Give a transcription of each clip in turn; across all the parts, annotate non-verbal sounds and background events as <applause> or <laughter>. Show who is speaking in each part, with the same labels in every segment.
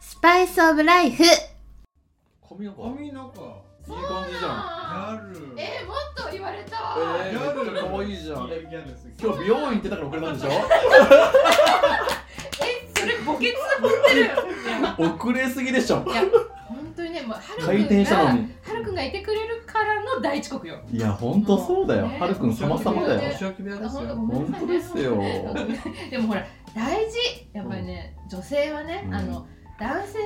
Speaker 1: スパイスオブライフ
Speaker 2: 髪なんかいい
Speaker 3: 髪なんか
Speaker 2: 感じじゃん
Speaker 3: ギャル
Speaker 4: えもっと言われたわ、
Speaker 2: え
Speaker 3: ギャ
Speaker 2: ー、
Speaker 3: ル
Speaker 2: めっちゃ可愛いじゃん
Speaker 3: ギ
Speaker 2: え
Speaker 3: ャルすぎ
Speaker 2: 今日美容院行ってたから遅れたんでし
Speaker 4: えそれボケツ持ってる
Speaker 2: ょ遅れすぎでしょ
Speaker 4: いや本当にねもうハル
Speaker 2: 回
Speaker 4: くん
Speaker 2: 転したの
Speaker 4: が
Speaker 2: に
Speaker 4: ハルくんがいてくれるからの大遅刻よ
Speaker 2: いやほんとそうだよ
Speaker 4: ね
Speaker 2: はるくん様々だよ
Speaker 3: お仕置き部屋です
Speaker 4: 本当
Speaker 3: よ
Speaker 4: ごめんなさい
Speaker 2: 本
Speaker 4: ね
Speaker 2: 当ですよ
Speaker 4: 本当にでもほら大事やっぱりね女性はね、
Speaker 2: うん
Speaker 4: あの男性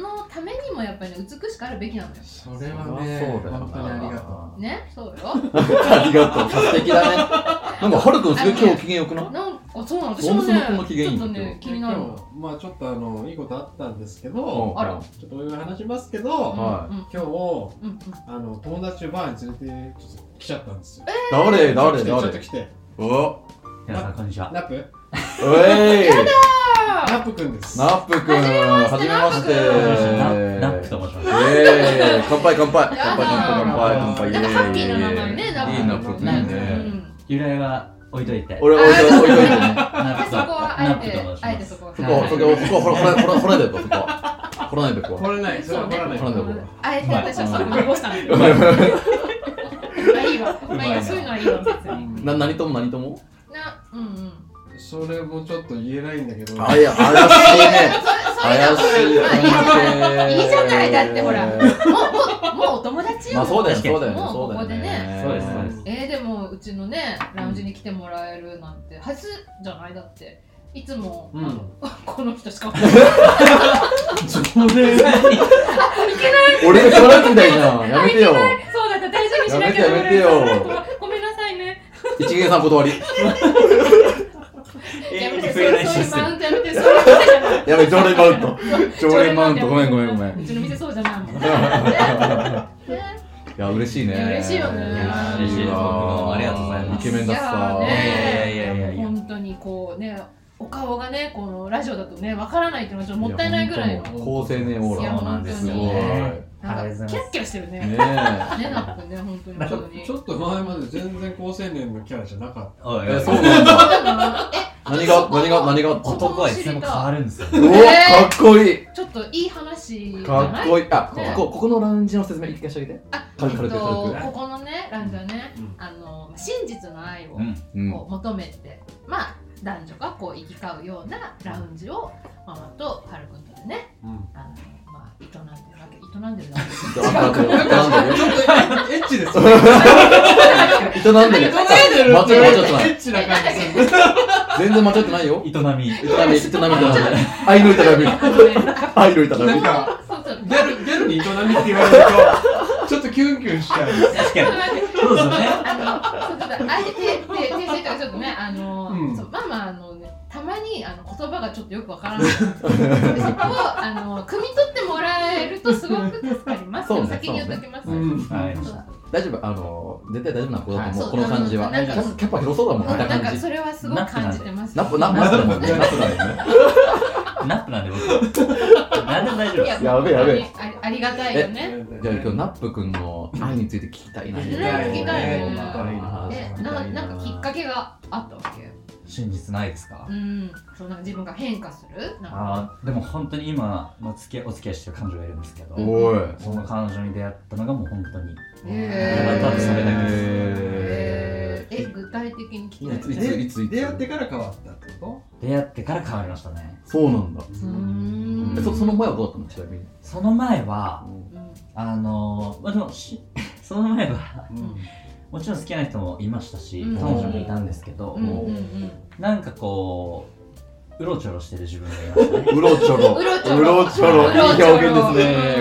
Speaker 4: のためにもやっぱりね美しくあるべきなのよ
Speaker 3: それはね
Speaker 2: そりゃ
Speaker 3: 本当にありがと
Speaker 4: ねそうよ
Speaker 2: ありがとう <laughs> 素敵だねなんかはるくんすげえ今日機嫌よくない
Speaker 4: なんかそうなの私も
Speaker 2: そも
Speaker 4: ね
Speaker 2: そもこの機嫌
Speaker 4: ち
Speaker 2: い
Speaker 4: ょ
Speaker 2: い
Speaker 4: っ
Speaker 2: ってこと
Speaker 4: とね
Speaker 3: う
Speaker 4: 気になるの
Speaker 3: 今日まあちょっとあのいいことあったんですけ
Speaker 2: うんうん
Speaker 3: ど
Speaker 4: あら
Speaker 3: ちょっとお祝い話しますけど
Speaker 2: は
Speaker 4: うん
Speaker 3: 今日
Speaker 4: うんうん
Speaker 3: あの友達をバーに連れてちょっと来ちゃったんですよ
Speaker 2: 誰誰
Speaker 3: ちょっと来てちょっと
Speaker 2: 誰お
Speaker 3: 来て
Speaker 5: 皆さんこんにちは。
Speaker 3: ナップ
Speaker 2: おえい
Speaker 4: あ
Speaker 3: ナップくんです
Speaker 2: ナップくんはじめまして
Speaker 5: ナナップと申します。
Speaker 2: えー乾杯乾杯乾杯
Speaker 4: やだ
Speaker 2: 乾杯乾
Speaker 4: ー
Speaker 2: 杯乾杯
Speaker 4: なんかハッピーな名前
Speaker 2: イエ
Speaker 4: ね
Speaker 2: ーイいい
Speaker 4: な
Speaker 2: ナ
Speaker 4: んか
Speaker 2: ップく
Speaker 4: ね
Speaker 2: ん
Speaker 4: う
Speaker 2: ね
Speaker 4: ん
Speaker 5: 由来は置いといて。
Speaker 2: 俺置いと置いといてね
Speaker 5: ナ
Speaker 4: あ
Speaker 5: ッ
Speaker 4: そ
Speaker 5: プと
Speaker 4: こはあ
Speaker 5: ナップ
Speaker 4: えて
Speaker 5: と申し
Speaker 4: あえ
Speaker 5: ま
Speaker 4: て
Speaker 5: す
Speaker 4: そ。こは
Speaker 2: そこ、そこ、そこ、ほら、ほら、ほら、ほらないでこ、そこ。ほらないでこ。
Speaker 3: 掘れないそれは掘らない
Speaker 2: 掘らない
Speaker 4: あえて私はそれを濁したんだけど。まあいいわ。まあいいわ。そういうのはいいわ別に。
Speaker 2: な、何とも何とも
Speaker 4: な、うんうん。
Speaker 3: それもちょっと言えないんだけど
Speaker 2: あ、いや、怪しいね。怪
Speaker 4: そ
Speaker 2: しいね。
Speaker 4: いいじゃないだってほられもうもうもうお友達よ。
Speaker 2: まあ、そうだよ、
Speaker 5: 確かに
Speaker 2: そうだよね、
Speaker 4: もう
Speaker 2: そうだよね。
Speaker 5: ここでねそうですそうです
Speaker 4: えーでもうちのねラウンジに来てもらえるなんて初じゃないだって。いつも、
Speaker 3: うん
Speaker 4: この人しか来ない。い
Speaker 3: これ
Speaker 4: けない。
Speaker 2: 俺がラみたいじゃん。やめてよ。
Speaker 4: そうだった。大事にしなきゃ
Speaker 2: やめてやめてよ
Speaker 4: ごめんなさいね。
Speaker 2: 一元さん断り。
Speaker 4: やめて。それそういうマウントやめて。そういうことじゃない。
Speaker 5: 永遠に増えないシステム。
Speaker 2: やべ、常連マウント。常連マウント、ごめん、ごめん、ごめん。
Speaker 4: う
Speaker 2: い
Speaker 4: ちの店そうじゃないもん。
Speaker 2: や、嬉しいね。
Speaker 4: 嬉しいよね
Speaker 5: 嬉しいです僕もありがとうございます
Speaker 2: イケメンだしさ。
Speaker 4: いやーね
Speaker 5: いやいやいやいや
Speaker 4: 本当にこうねお顔がねこのラジオだとねわからないっていうのはちょっともったいないぐらい
Speaker 2: や
Speaker 4: の
Speaker 2: ほんともう高青年オー
Speaker 4: いや
Speaker 2: ラ。
Speaker 5: そうなんです
Speaker 2: す
Speaker 5: よ
Speaker 2: ごい。
Speaker 5: ね。あ
Speaker 4: なんか
Speaker 5: りがとうございます
Speaker 4: キャッキャしてるね
Speaker 2: ね
Speaker 4: ね
Speaker 2: え。
Speaker 4: なっくんね本当に
Speaker 3: ち
Speaker 4: 本
Speaker 3: ょ
Speaker 4: 当に
Speaker 3: ちょっと前まで全然高青年のキャラじゃなかっ
Speaker 5: おいおい
Speaker 2: え、そう
Speaker 4: <laughs>
Speaker 2: なんだ。何が、何が、何があったの
Speaker 5: 男はいつでも変わるんですよ。
Speaker 2: うわ、かっこいい。
Speaker 4: ちょっといい話じゃない
Speaker 2: かっこいい。あ、
Speaker 4: ね
Speaker 2: ここ、ここのラウンジの説明一回しといて。
Speaker 4: あ
Speaker 2: 軽く軽く
Speaker 4: えっと
Speaker 2: 軽
Speaker 4: ここのねランジはね、
Speaker 3: うん
Speaker 4: あの真実の愛を
Speaker 5: うん。
Speaker 2: く。うん。
Speaker 4: こう求めて、まあ男女がこう行き交うようなラウンジをママとハルくんとでね
Speaker 3: た、うん、
Speaker 4: あのまあ営んでるわけ営んでるわけ
Speaker 2: じゃあ、なんだよ、なんだよ。
Speaker 3: ちょっとエッチですよ
Speaker 2: 糸なんだよ。間違えちゃった
Speaker 3: エ
Speaker 2: な。
Speaker 3: ッチな感じする
Speaker 2: 全然間違ってない
Speaker 4: <laughs>
Speaker 2: よ。
Speaker 5: 営み。
Speaker 2: 糸なみ、糸なみじゃない。愛の糸なみ。愛の
Speaker 4: <laughs>
Speaker 2: 糸な
Speaker 3: なん
Speaker 2: み。
Speaker 3: か
Speaker 4: そうそう
Speaker 3: ギャルギャルに営みって言われるとちょっとキュンキュンしちゃう
Speaker 5: 確かに。そうですよね。
Speaker 4: あの、そうちょっと、あえて、訂正訂正とか、ちょっとね、あの、
Speaker 3: うん
Speaker 4: そうママ、あの、ね、たまに、あの、言葉がちょっとよくわからない。でそこを、あの、汲み取ってもらえると、すごく助かります。
Speaker 2: そうね
Speaker 4: 先に言っときます。
Speaker 3: うん
Speaker 5: はい。
Speaker 2: 大丈夫、あの、絶対大丈夫な子だと思
Speaker 4: は
Speaker 2: う。
Speaker 4: い
Speaker 2: この感じは。キ
Speaker 4: そうなんか
Speaker 2: ャキャパ広そうだもん、見た
Speaker 4: なんか
Speaker 2: 感じ。
Speaker 4: それはすごく感じてます。
Speaker 2: ナップ、ナップ、ナップだもんね。
Speaker 3: ナ
Speaker 2: ナップだもんね。
Speaker 5: ナップなんで僕。なんでも大丈夫です。
Speaker 2: やべえやべえ
Speaker 4: 本当にありありがたいよね。
Speaker 2: じゃあ今日、ナップくんの愛について聞きたいな。
Speaker 4: ね聞きたいね
Speaker 2: あ
Speaker 4: で
Speaker 2: ー
Speaker 4: ななんかきっかけがあったわけ。
Speaker 5: 真実ないですか
Speaker 4: うん、そうなんか自分が変化する。なんか
Speaker 5: あーでも本当に今の付き合いお付き合いしてる彼女がいるんですけど、
Speaker 2: おい。
Speaker 5: その彼女に出会ったのがもう本当に
Speaker 4: へ
Speaker 5: またそれだけです
Speaker 4: え
Speaker 2: へ
Speaker 4: え具体的に聞きたい
Speaker 2: ーいつ
Speaker 4: ね。
Speaker 2: いついつ
Speaker 3: 出会ってから変わったってこ
Speaker 5: 出会ってから変わりましたね
Speaker 2: そうなんだ。
Speaker 3: と
Speaker 4: うーん
Speaker 2: えそその前はどうだったのちなみに。
Speaker 5: その前は
Speaker 4: うん
Speaker 5: あのーまあでもし <laughs> その前は
Speaker 3: うん
Speaker 5: もちろん好きな人もいましたし、
Speaker 4: うん
Speaker 5: 彼女もいたんですけど、
Speaker 4: うんうんうん。
Speaker 5: なんかこううろちょろしてる自分がいましたね
Speaker 2: うろちょろ。
Speaker 4: うろちょろ
Speaker 2: うろちょろ。いい表現です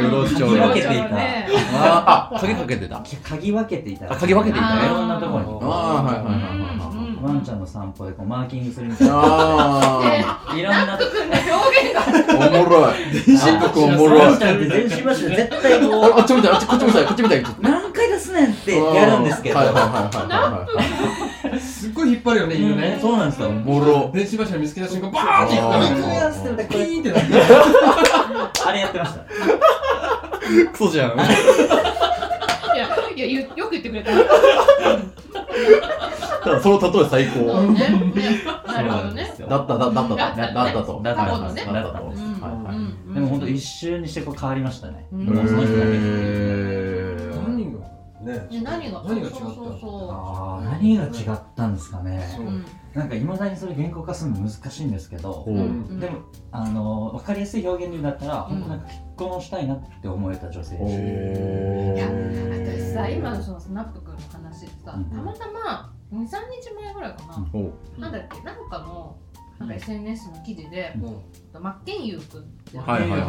Speaker 2: ね。うろちょ
Speaker 5: うろ
Speaker 2: ろ
Speaker 5: ちょ。ろ
Speaker 2: あー、あ、鍵かけてた。
Speaker 5: き鍵分けていたら
Speaker 2: あ鍵分けていたね
Speaker 5: いろんなところにこ
Speaker 2: あ
Speaker 5: う
Speaker 2: ー、はいはいはいはいはい。
Speaker 4: うん
Speaker 5: ワンちゃんの散歩でこうマーキングするみたいな
Speaker 2: あ
Speaker 5: いろんなとこ
Speaker 4: 表現
Speaker 2: ー、
Speaker 4: が
Speaker 2: おもろい。
Speaker 5: <laughs>
Speaker 2: 新曲おもろ
Speaker 5: ワ
Speaker 2: い
Speaker 5: ン。ちゃんって全身マッシュ絶対こう
Speaker 2: ああっち見たい、あっちこっち見たい、こっち見たい。ちょっと
Speaker 5: 何回出すねんってやるんですけど、
Speaker 2: はいはいはいはいはいはい。
Speaker 3: すっごい引っ張るよね犬ね
Speaker 5: そうなんですよ。
Speaker 2: おもろ。
Speaker 3: 電子柱見つけた瞬間バーって引っ
Speaker 2: あ
Speaker 3: 張
Speaker 2: ー
Speaker 3: る
Speaker 5: で
Speaker 3: ピーンってなって
Speaker 5: あれやってました。
Speaker 2: クソじゃん。
Speaker 4: いやいやゆよく言ってくれた
Speaker 2: その例え最
Speaker 4: そ
Speaker 2: 高。
Speaker 4: うねねなるほどね
Speaker 2: だった、だだったと。
Speaker 4: だった
Speaker 2: だったと。
Speaker 5: だった
Speaker 4: とね
Speaker 2: だったと
Speaker 4: うん
Speaker 5: はいは
Speaker 4: う
Speaker 5: い
Speaker 4: んうん
Speaker 5: でも本当一瞬にしてこう変わりましたね、
Speaker 4: うん
Speaker 5: もうその人だけ
Speaker 3: 何がね
Speaker 4: ね何が
Speaker 3: 何が違った
Speaker 4: そうそうそうそ
Speaker 5: あー何が違ったんですか
Speaker 3: そ
Speaker 5: ね
Speaker 3: う
Speaker 4: うん
Speaker 5: なんかいまだにそれ言語化するの難しいんですけど、
Speaker 2: うん
Speaker 4: うん
Speaker 5: でもあの分かりやすい表現で言うんだったら、
Speaker 4: うん
Speaker 5: 本当なんか結婚したいなって思えた女性、
Speaker 4: いや
Speaker 2: ー
Speaker 4: 私さ今のそのスナップ君の話でさた
Speaker 5: うん
Speaker 4: またま23日前ぐらいかな、
Speaker 2: お
Speaker 4: なんだっけなんかのなんか SNS の記事で、
Speaker 3: うん
Speaker 4: マッケンユー君っていう
Speaker 2: はいはいはい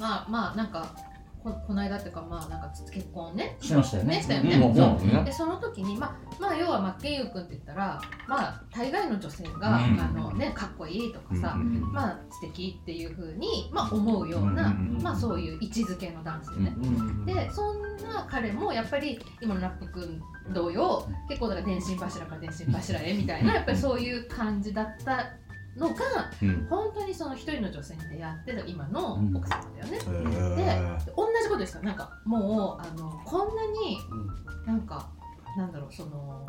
Speaker 4: まあまあなんかここの間っていうかまあなんか結婚ね
Speaker 5: しましたよね
Speaker 4: ねしたよね
Speaker 5: うん
Speaker 2: もうもうね
Speaker 4: でその時に、まあ、まあ要は真剣佑君って言ったら、まあ、大概の女性が、
Speaker 5: うん
Speaker 4: あのね、かっこいいとかさ、
Speaker 2: うんうん
Speaker 4: まあ素敵っていうふうに、まあ、思うような、
Speaker 2: うんうん
Speaker 3: うん
Speaker 4: まあ、そういう位置づけの男性ね。
Speaker 3: うん
Speaker 4: でそんな彼もやっぱり今のラップ君同様結構だから電信柱から電信柱へみたいなやっぱりそういう感じだったのが
Speaker 2: うん
Speaker 4: 本当にその一人の女性に出会ってた今の奥様だよね。
Speaker 2: へ
Speaker 4: で
Speaker 2: ー
Speaker 4: 同じことですよなんかもうあのこんなに
Speaker 3: うん
Speaker 4: なんかなんだろうその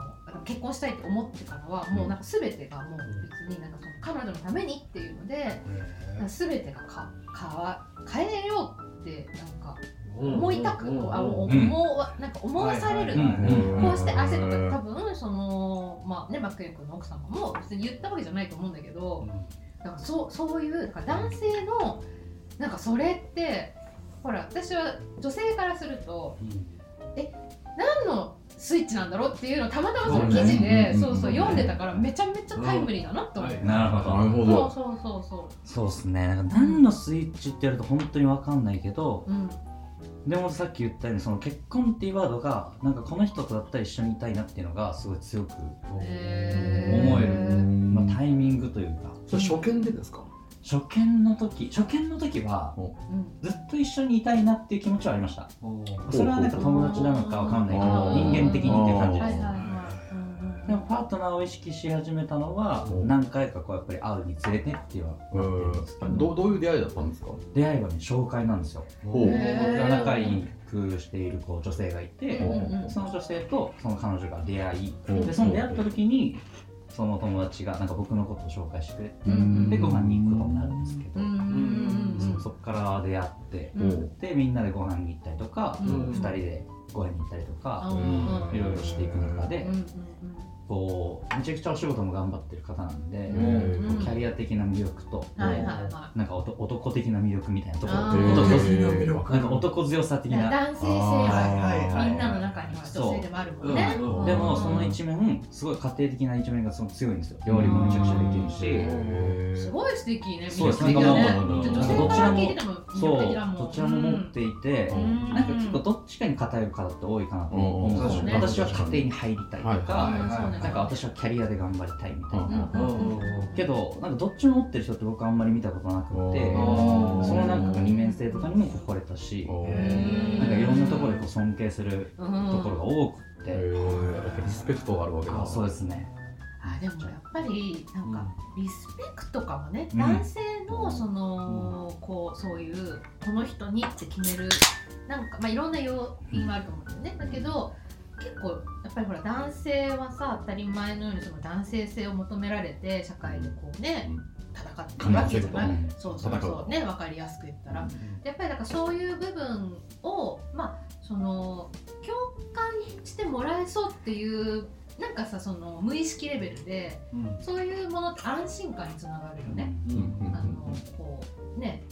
Speaker 4: 結婚したいって思ってからはもうなんか全てがもう別になんかその彼女のためにっていうのでなんか全てがか変わ変えようってなんか思いたくこうあ思
Speaker 5: うん
Speaker 4: わなんか思わされる
Speaker 5: はいはいはいうん
Speaker 4: こうして汗とか多分そのまあねマックユ君の奥様も別に言ったわけじゃないと思うんだけどなんかそうそういうなんか男性のなんかそれってほら私は女性からすると何のスイッチなんだろうっていうのをたまたまその記事で
Speaker 5: うんうん
Speaker 4: そううんそう読んでたからめちゃめちゃタイムリーだなって思う、
Speaker 3: うん
Speaker 5: なるほど
Speaker 2: なるほど
Speaker 4: そうそうそうそ
Speaker 5: そうですねなんか何のスイッチってやると本当に分かんないけど
Speaker 4: う、うん、
Speaker 5: でもさっき言ったようにその結婚っていうワードがなんかこの人とだったら一緒にいたいなっていうのがすごい強く、
Speaker 4: へ
Speaker 5: 思える
Speaker 2: うん
Speaker 5: まあ、タイミングというか
Speaker 2: それ初見でですか
Speaker 5: 初見の時初見の時は
Speaker 4: うん
Speaker 5: ずっと一緒にいたいなっていう気持ちはありました
Speaker 2: ほう
Speaker 5: それはなんか友達なのか分かんないけ
Speaker 2: あ
Speaker 5: ど
Speaker 2: ー
Speaker 5: 人間的にっていう感じ
Speaker 4: は
Speaker 5: で
Speaker 4: いはい
Speaker 5: す
Speaker 4: はいうん
Speaker 5: でもパートナーを意識し始めたのは
Speaker 2: うん
Speaker 5: 何回かこうやっぱり会うにつれてっていうのは
Speaker 2: うんどどういう出会いだったんですか
Speaker 5: 出会いはね紹介なんですよ
Speaker 2: ほう
Speaker 4: へー
Speaker 5: 仲良くしているこう女性がいて、
Speaker 4: うんうんうん
Speaker 5: その女性とその彼女が出会い、
Speaker 2: うん
Speaker 5: でその出会った時にその友達がなんか僕のことを紹介してくれて、
Speaker 4: うん
Speaker 5: でご飯に行くことになるんですけど、
Speaker 4: うんうんうんうん
Speaker 5: そそっから出会って、
Speaker 4: うん
Speaker 2: ほう
Speaker 5: でみんなでご飯に行ったりとか、
Speaker 4: う
Speaker 5: 二
Speaker 4: ん
Speaker 5: 人でご飯に行ったりとか、
Speaker 4: うん
Speaker 5: いろいろしていく中で、
Speaker 4: うんうん
Speaker 5: こうめちゃくちゃお仕事も頑張ってる方なんで、
Speaker 4: うん
Speaker 5: こうキャリア的な魅力と、
Speaker 4: うんはいはいは
Speaker 5: なんかおと男的な魅力みたいなところ
Speaker 4: あ
Speaker 5: 男
Speaker 4: ー
Speaker 5: 強
Speaker 2: へー
Speaker 5: さなんか男強さ
Speaker 4: い
Speaker 5: 的
Speaker 4: だから
Speaker 5: な
Speaker 4: 男性性は
Speaker 2: あー
Speaker 4: みんなの中には女性でもあるもんね
Speaker 3: そううん
Speaker 5: でもその一面すごい家庭的な一面がその強いんですよ料理もめちゃくちゃでき
Speaker 4: へ
Speaker 5: るし
Speaker 2: へー
Speaker 4: すごい素敵ね
Speaker 5: そうです
Speaker 4: 魅力的だね
Speaker 2: なんかもう
Speaker 4: 女性から聞いてても魅
Speaker 5: そ
Speaker 4: 力
Speaker 5: う
Speaker 4: 的だもん
Speaker 5: どちらも持っていて
Speaker 4: うん
Speaker 5: なんか結構どっちかに偏る方って多いかなと思うんですよ
Speaker 4: うん
Speaker 5: ね私は家庭に入りたいと
Speaker 4: うん
Speaker 5: か
Speaker 4: そうね
Speaker 5: なんか私はキャリアで頑張りたいみたい
Speaker 2: うん
Speaker 5: なけどなんかどっちも持ってる人って僕あんまり見たことなくて
Speaker 2: うん
Speaker 5: そのなんか二面性とかにも誇れたし
Speaker 4: うん
Speaker 5: なんかいろんなところでこう尊敬する
Speaker 4: と
Speaker 5: ところが多く
Speaker 2: へ
Speaker 5: て
Speaker 2: ーやっぱリスペクトがあるわけだ
Speaker 5: あそうですね
Speaker 4: あでもやっぱりなんかリスペクトかもね、
Speaker 5: うん
Speaker 4: 男性のその、こうそういうこの人にって決めるなんかまあいろんな要因はあると思うんだよねだけど結構やっぱりほら男性はさ当たり前のようにその男性性を求められて社会でこうね戦ってるわけじゃ
Speaker 2: う
Speaker 4: なんいそうそう
Speaker 2: 戦
Speaker 4: そうね分かりやすく言ったらやっぱりだからそういう部分をまあその共感してもらえそうっていうなんかさその無意識レベルでそういうものって安心感につながるよね。
Speaker 2: うんうん
Speaker 4: あのこうね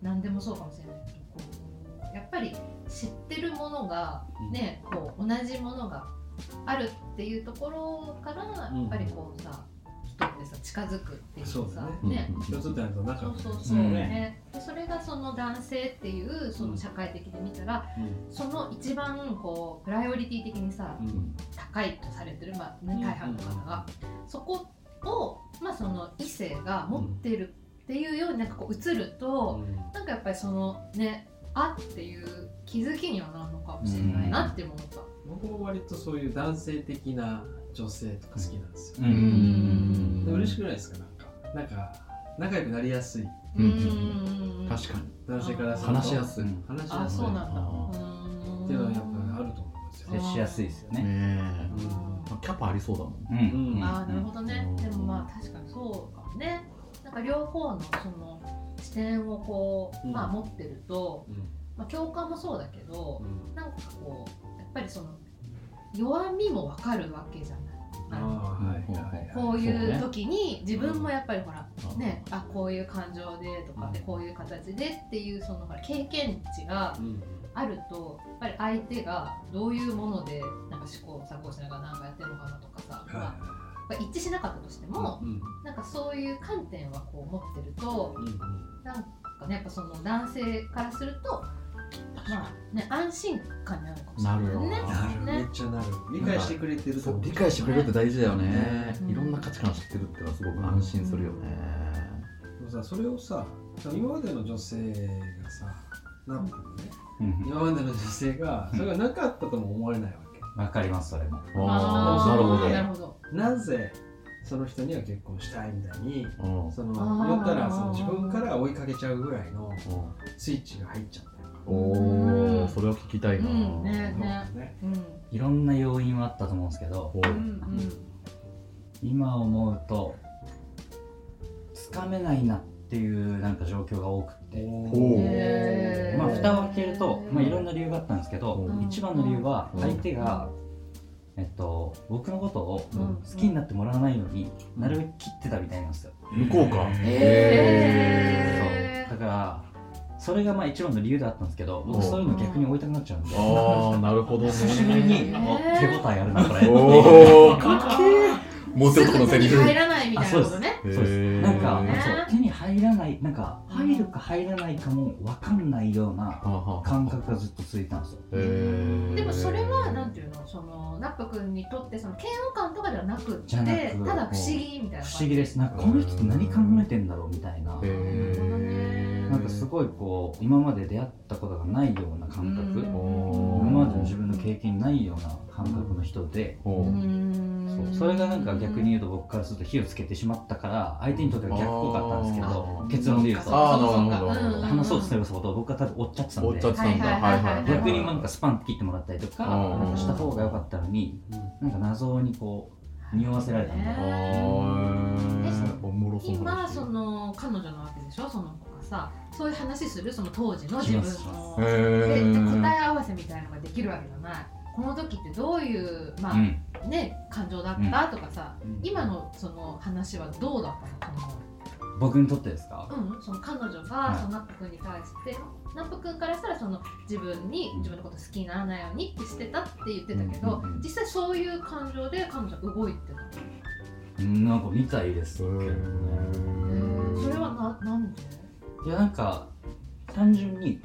Speaker 4: 何でもそうかもしれないけどこうやっぱり知ってるものがねこう同じものがあるっていうところからやっぱりこうさ人ってさ近づくっていう
Speaker 3: そう
Speaker 4: さ
Speaker 3: だね
Speaker 2: うん
Speaker 4: ね
Speaker 3: 共通点の中
Speaker 4: そう
Speaker 3: で
Speaker 4: そうそう
Speaker 5: うん
Speaker 4: ね、でそれがその男性っていうその社会的で見たら、その一番こうプライオリティ的にさ
Speaker 2: うん
Speaker 4: 高いとされてる、まあね、大半の方が、そこを、まあ、その異性が持ってるっていうようになんかこう映ると、なんかやっぱりそのねあっていう気づきにはなるのかもしれないなって思った。
Speaker 3: 僕も割とそういう男性的な女性とか好きなんですよ
Speaker 5: う
Speaker 3: で
Speaker 5: ん
Speaker 3: 嬉しくないですかなんかなんか仲良くなりやすい
Speaker 2: うん
Speaker 4: うん
Speaker 2: 確かに
Speaker 3: 男性からすると
Speaker 2: 話しやすい
Speaker 3: 話し
Speaker 4: あ
Speaker 3: やすい
Speaker 4: そうなんだ。
Speaker 2: あ
Speaker 4: うん
Speaker 3: っていうのはやっぱあると思うんですよ
Speaker 5: 接しやすいですよね
Speaker 2: ね
Speaker 3: うん
Speaker 2: えキャパありそうだもん
Speaker 5: うん
Speaker 3: うん
Speaker 4: あーなるほどね、
Speaker 2: うん
Speaker 4: でもまあ確かにそうかもねなんか両方のその視点をこう、
Speaker 3: うん
Speaker 4: まあ、持ってると、
Speaker 3: うん
Speaker 4: まあ、共感もそうだけど
Speaker 3: う、ん
Speaker 4: なんかこうやっぱりその弱みもわかるわけじゃない。あの
Speaker 3: あーはいはいはい
Speaker 4: こうい
Speaker 5: そうね
Speaker 4: う時に自分もやっぱりほら
Speaker 3: うん
Speaker 4: ねあこういう感情でとか
Speaker 3: うん
Speaker 4: こういう形でっていうそのほら経験値が
Speaker 3: うん
Speaker 4: あるとやっぱり相手がどういうものでなんか試行錯誤しながらなんかやってるのかなとかさ、まあ
Speaker 3: は
Speaker 4: まあ一致しなかったとして
Speaker 3: い
Speaker 4: も、
Speaker 3: うん
Speaker 4: なんかそういう観点はこう持ってると
Speaker 3: うんうん
Speaker 4: なんかねやっぱその男性からするとまあね安心感になるかもしれ
Speaker 5: なる
Speaker 4: ない
Speaker 5: よ
Speaker 4: ね。
Speaker 3: なるめ
Speaker 4: ね
Speaker 3: っちゃなる理解してくれてる
Speaker 2: そ
Speaker 3: と
Speaker 2: う理解してくれるって大事だよね、
Speaker 4: うん
Speaker 2: いろんな価値観知ってるってのはすごく安心するよね、
Speaker 3: でもさそれをさ今までの女性がさなんかね
Speaker 5: うん
Speaker 3: 今までの女性がそれがなかったとも思えないわ
Speaker 5: わかりますそれも
Speaker 2: あ
Speaker 4: あー
Speaker 2: あ
Speaker 4: な
Speaker 2: な
Speaker 4: る
Speaker 2: る
Speaker 4: ほど。
Speaker 3: けなぜその人には結婚したいみたいに
Speaker 2: ほど
Speaker 3: そ
Speaker 4: あ
Speaker 3: の
Speaker 4: ー
Speaker 3: 言ったらその自分から追いかけちゃうぐらいの
Speaker 2: う
Speaker 3: スイッチが入っちゃった
Speaker 2: んうんお
Speaker 4: うん
Speaker 2: おそれは聞きたいな、
Speaker 4: うんね
Speaker 3: ね
Speaker 4: うん
Speaker 5: いろんな要因はあったと思うんですけど
Speaker 2: お
Speaker 4: うん
Speaker 3: うん
Speaker 5: 今思うとつかめないなっていうなんか状況が多くて
Speaker 2: お
Speaker 4: うん。
Speaker 2: ー
Speaker 4: へー
Speaker 5: まあ蓋を開けると、まあ、いろんな理由があったんですけど
Speaker 2: うん
Speaker 5: 一番の理由は
Speaker 2: うん
Speaker 5: 相手が、えっと、僕のことを
Speaker 4: うん
Speaker 5: 好きになってもらわないようになるべく切ってたみたいなんですよ、
Speaker 2: 向こうか
Speaker 4: へー
Speaker 5: そうだからそれがまあ一番の理由だったんですけど
Speaker 2: うん
Speaker 5: 僕そういうの逆に追いたくなっちゃうんで
Speaker 2: ああなるほどね
Speaker 5: 久しぶりに
Speaker 4: へ
Speaker 5: あ
Speaker 4: ー
Speaker 5: 手応えあるなこれっていう
Speaker 2: おお
Speaker 4: あ
Speaker 2: モテ男のセリ
Speaker 4: す
Speaker 2: フ
Speaker 4: ぐ手に入らないみたいなことね。
Speaker 5: <laughs> そうですなんか
Speaker 4: へー
Speaker 5: そう手に入らないなんか入るか入らないかも分かんないような感覚がずっと続いたんですよ
Speaker 4: でもそれはなんていうのそのナップ君にとってその嫌悪感とかではなくって
Speaker 5: じゃなく
Speaker 4: ただ不思議みたいな
Speaker 5: 不思議ですなんかこの人って何考えてんだろうみたいな
Speaker 2: へー
Speaker 5: なんかすごいこう今まで出会ったことがないような感覚
Speaker 2: うん
Speaker 5: 今までの自分の経験にないような感覚の人で
Speaker 2: おー
Speaker 5: そうそれがなんか逆に言うと僕からすると火をつけてしまったから相手にとっては逆効果だったんですけど
Speaker 2: あ
Speaker 5: 結論で言う
Speaker 2: あ
Speaker 5: と
Speaker 2: ーなるほど
Speaker 5: 話そうとすれ
Speaker 4: ば
Speaker 5: ばそうと僕は多分追っちゃってたん
Speaker 2: おっ
Speaker 5: で
Speaker 2: ちゃってたんだはいはいはい
Speaker 5: 逆になんかスパンって切ってもらったりとか
Speaker 2: うん
Speaker 5: なんかした方が良かったのになんか謎にこう匂わせられたんで
Speaker 2: あーおもろそうな
Speaker 4: 今
Speaker 2: 話
Speaker 4: その彼女なわけでしょその子がさそういう話するその当時の自
Speaker 5: しますし
Speaker 4: 分
Speaker 5: ま
Speaker 4: の
Speaker 5: す
Speaker 2: へ
Speaker 4: で
Speaker 2: ー
Speaker 4: 答え合わせみたいなのができるわけじゃないこの時ってどういうま
Speaker 5: う
Speaker 4: あ
Speaker 5: ん
Speaker 4: ね感情だったとかさ今のその話はどうだったのその
Speaker 5: 僕にとってですか
Speaker 4: うん、その彼女
Speaker 5: は
Speaker 4: が
Speaker 5: い
Speaker 4: そのナップ君に対して、ナップ君からしたらその自分に
Speaker 5: うん
Speaker 4: 自分のこと好きにならないようにってしてたって言ってたけど、
Speaker 5: うんうんうん
Speaker 4: 実際そういう感情で彼女は動いてた、
Speaker 5: うんなんかみたいですけどね
Speaker 4: それはななんで、
Speaker 5: いやなんか単純に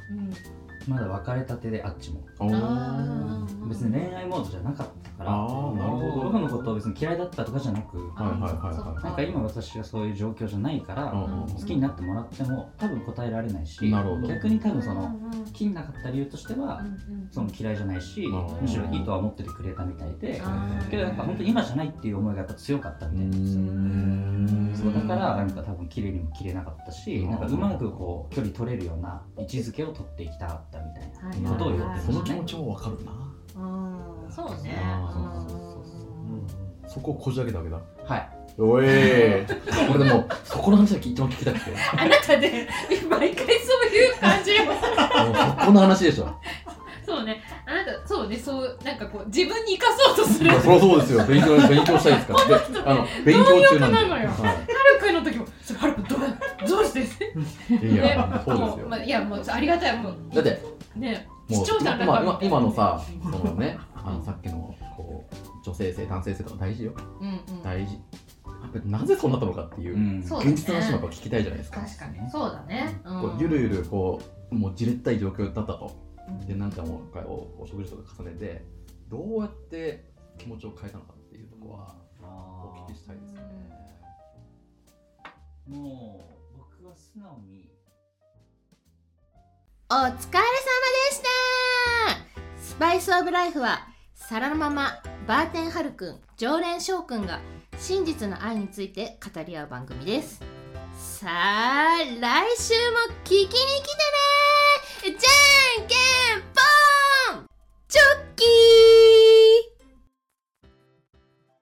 Speaker 4: うん、
Speaker 5: まだ別れたてであっちも
Speaker 2: お
Speaker 4: あー
Speaker 5: 別に恋愛モードじゃなかったから
Speaker 2: あーなるほど
Speaker 5: 僕のことを別に嫌いだったとかじゃなく
Speaker 4: あ
Speaker 2: はいはいはいはい
Speaker 4: そっか
Speaker 5: なんか今私がそういう状況じゃないから、
Speaker 2: うん
Speaker 4: うん
Speaker 5: 好きになってもらっても多分答えられないし
Speaker 2: なるほど
Speaker 5: 逆に多分その
Speaker 4: うんうん
Speaker 5: 好きになかった理由としては、
Speaker 4: うんうん
Speaker 5: その嫌いじゃないし、
Speaker 2: うん
Speaker 5: むしろいいとは思っててくれたみたいで、
Speaker 4: あー
Speaker 5: けどなんか本当に今じゃないっていう思いがやっぱ強かった
Speaker 2: う
Speaker 5: みたいなんですよ、
Speaker 2: ーん
Speaker 5: そうだからなんか多分綺麗にも切れなかったし、
Speaker 2: うん
Speaker 5: なんかうまくこう距離取れるような位置づけを取っていきたかったみたいな。
Speaker 4: はい
Speaker 5: ことを言って
Speaker 2: その気持ちもわかるな
Speaker 4: うんそうね
Speaker 2: あ
Speaker 4: うん
Speaker 2: ーそこをこじ開けたわけだ
Speaker 5: はい。
Speaker 2: おえー、 <laughs> 俺でもそこの話が一番聞きたくてもう
Speaker 4: あなたで毎回そういう感じが
Speaker 2: そこの話 <laughs> でしょ
Speaker 4: そうねあなたそうねそうなんかこう自分に生かそうとする
Speaker 2: いやそりゃそうですよ勉強勉強したいです
Speaker 4: <laughs>
Speaker 2: からであの勉強中なんで
Speaker 4: 同様なのよ
Speaker 2: は
Speaker 4: ハルくんの時も、それハルくんどうどうして
Speaker 2: い、いやそうです
Speaker 4: も
Speaker 2: よ
Speaker 4: まあ、いや、もうありがたい、もう
Speaker 2: だって
Speaker 4: ね、
Speaker 2: も
Speaker 4: 視
Speaker 2: う
Speaker 4: 聴者
Speaker 2: 今
Speaker 4: の中
Speaker 2: 今今のさそのねあのさっきのこう女性性男性性とか大事よ
Speaker 4: うんうん、
Speaker 2: 大事やっぱりなぜそうなったのかっていう、
Speaker 5: ん
Speaker 4: そう
Speaker 2: 現実の話もやっぱ聞きたいじゃないですか
Speaker 4: 確かに、そうだね。うん
Speaker 2: こうゆるゆるこうもうじれったい状況だったと
Speaker 4: うん
Speaker 2: でなんかもう一回おお食事とか重ねてどうやって気持ちを変えたのかっていうとこはお聞きしたいですね
Speaker 5: もう僕は素直に
Speaker 1: お疲れ様でしたスパイスオブライフは皿のままバーテンハルくん常連翔くんが真実の愛について語り合う番組ですさあ来週も聞きに来てねじゃんけんぽんチョッキー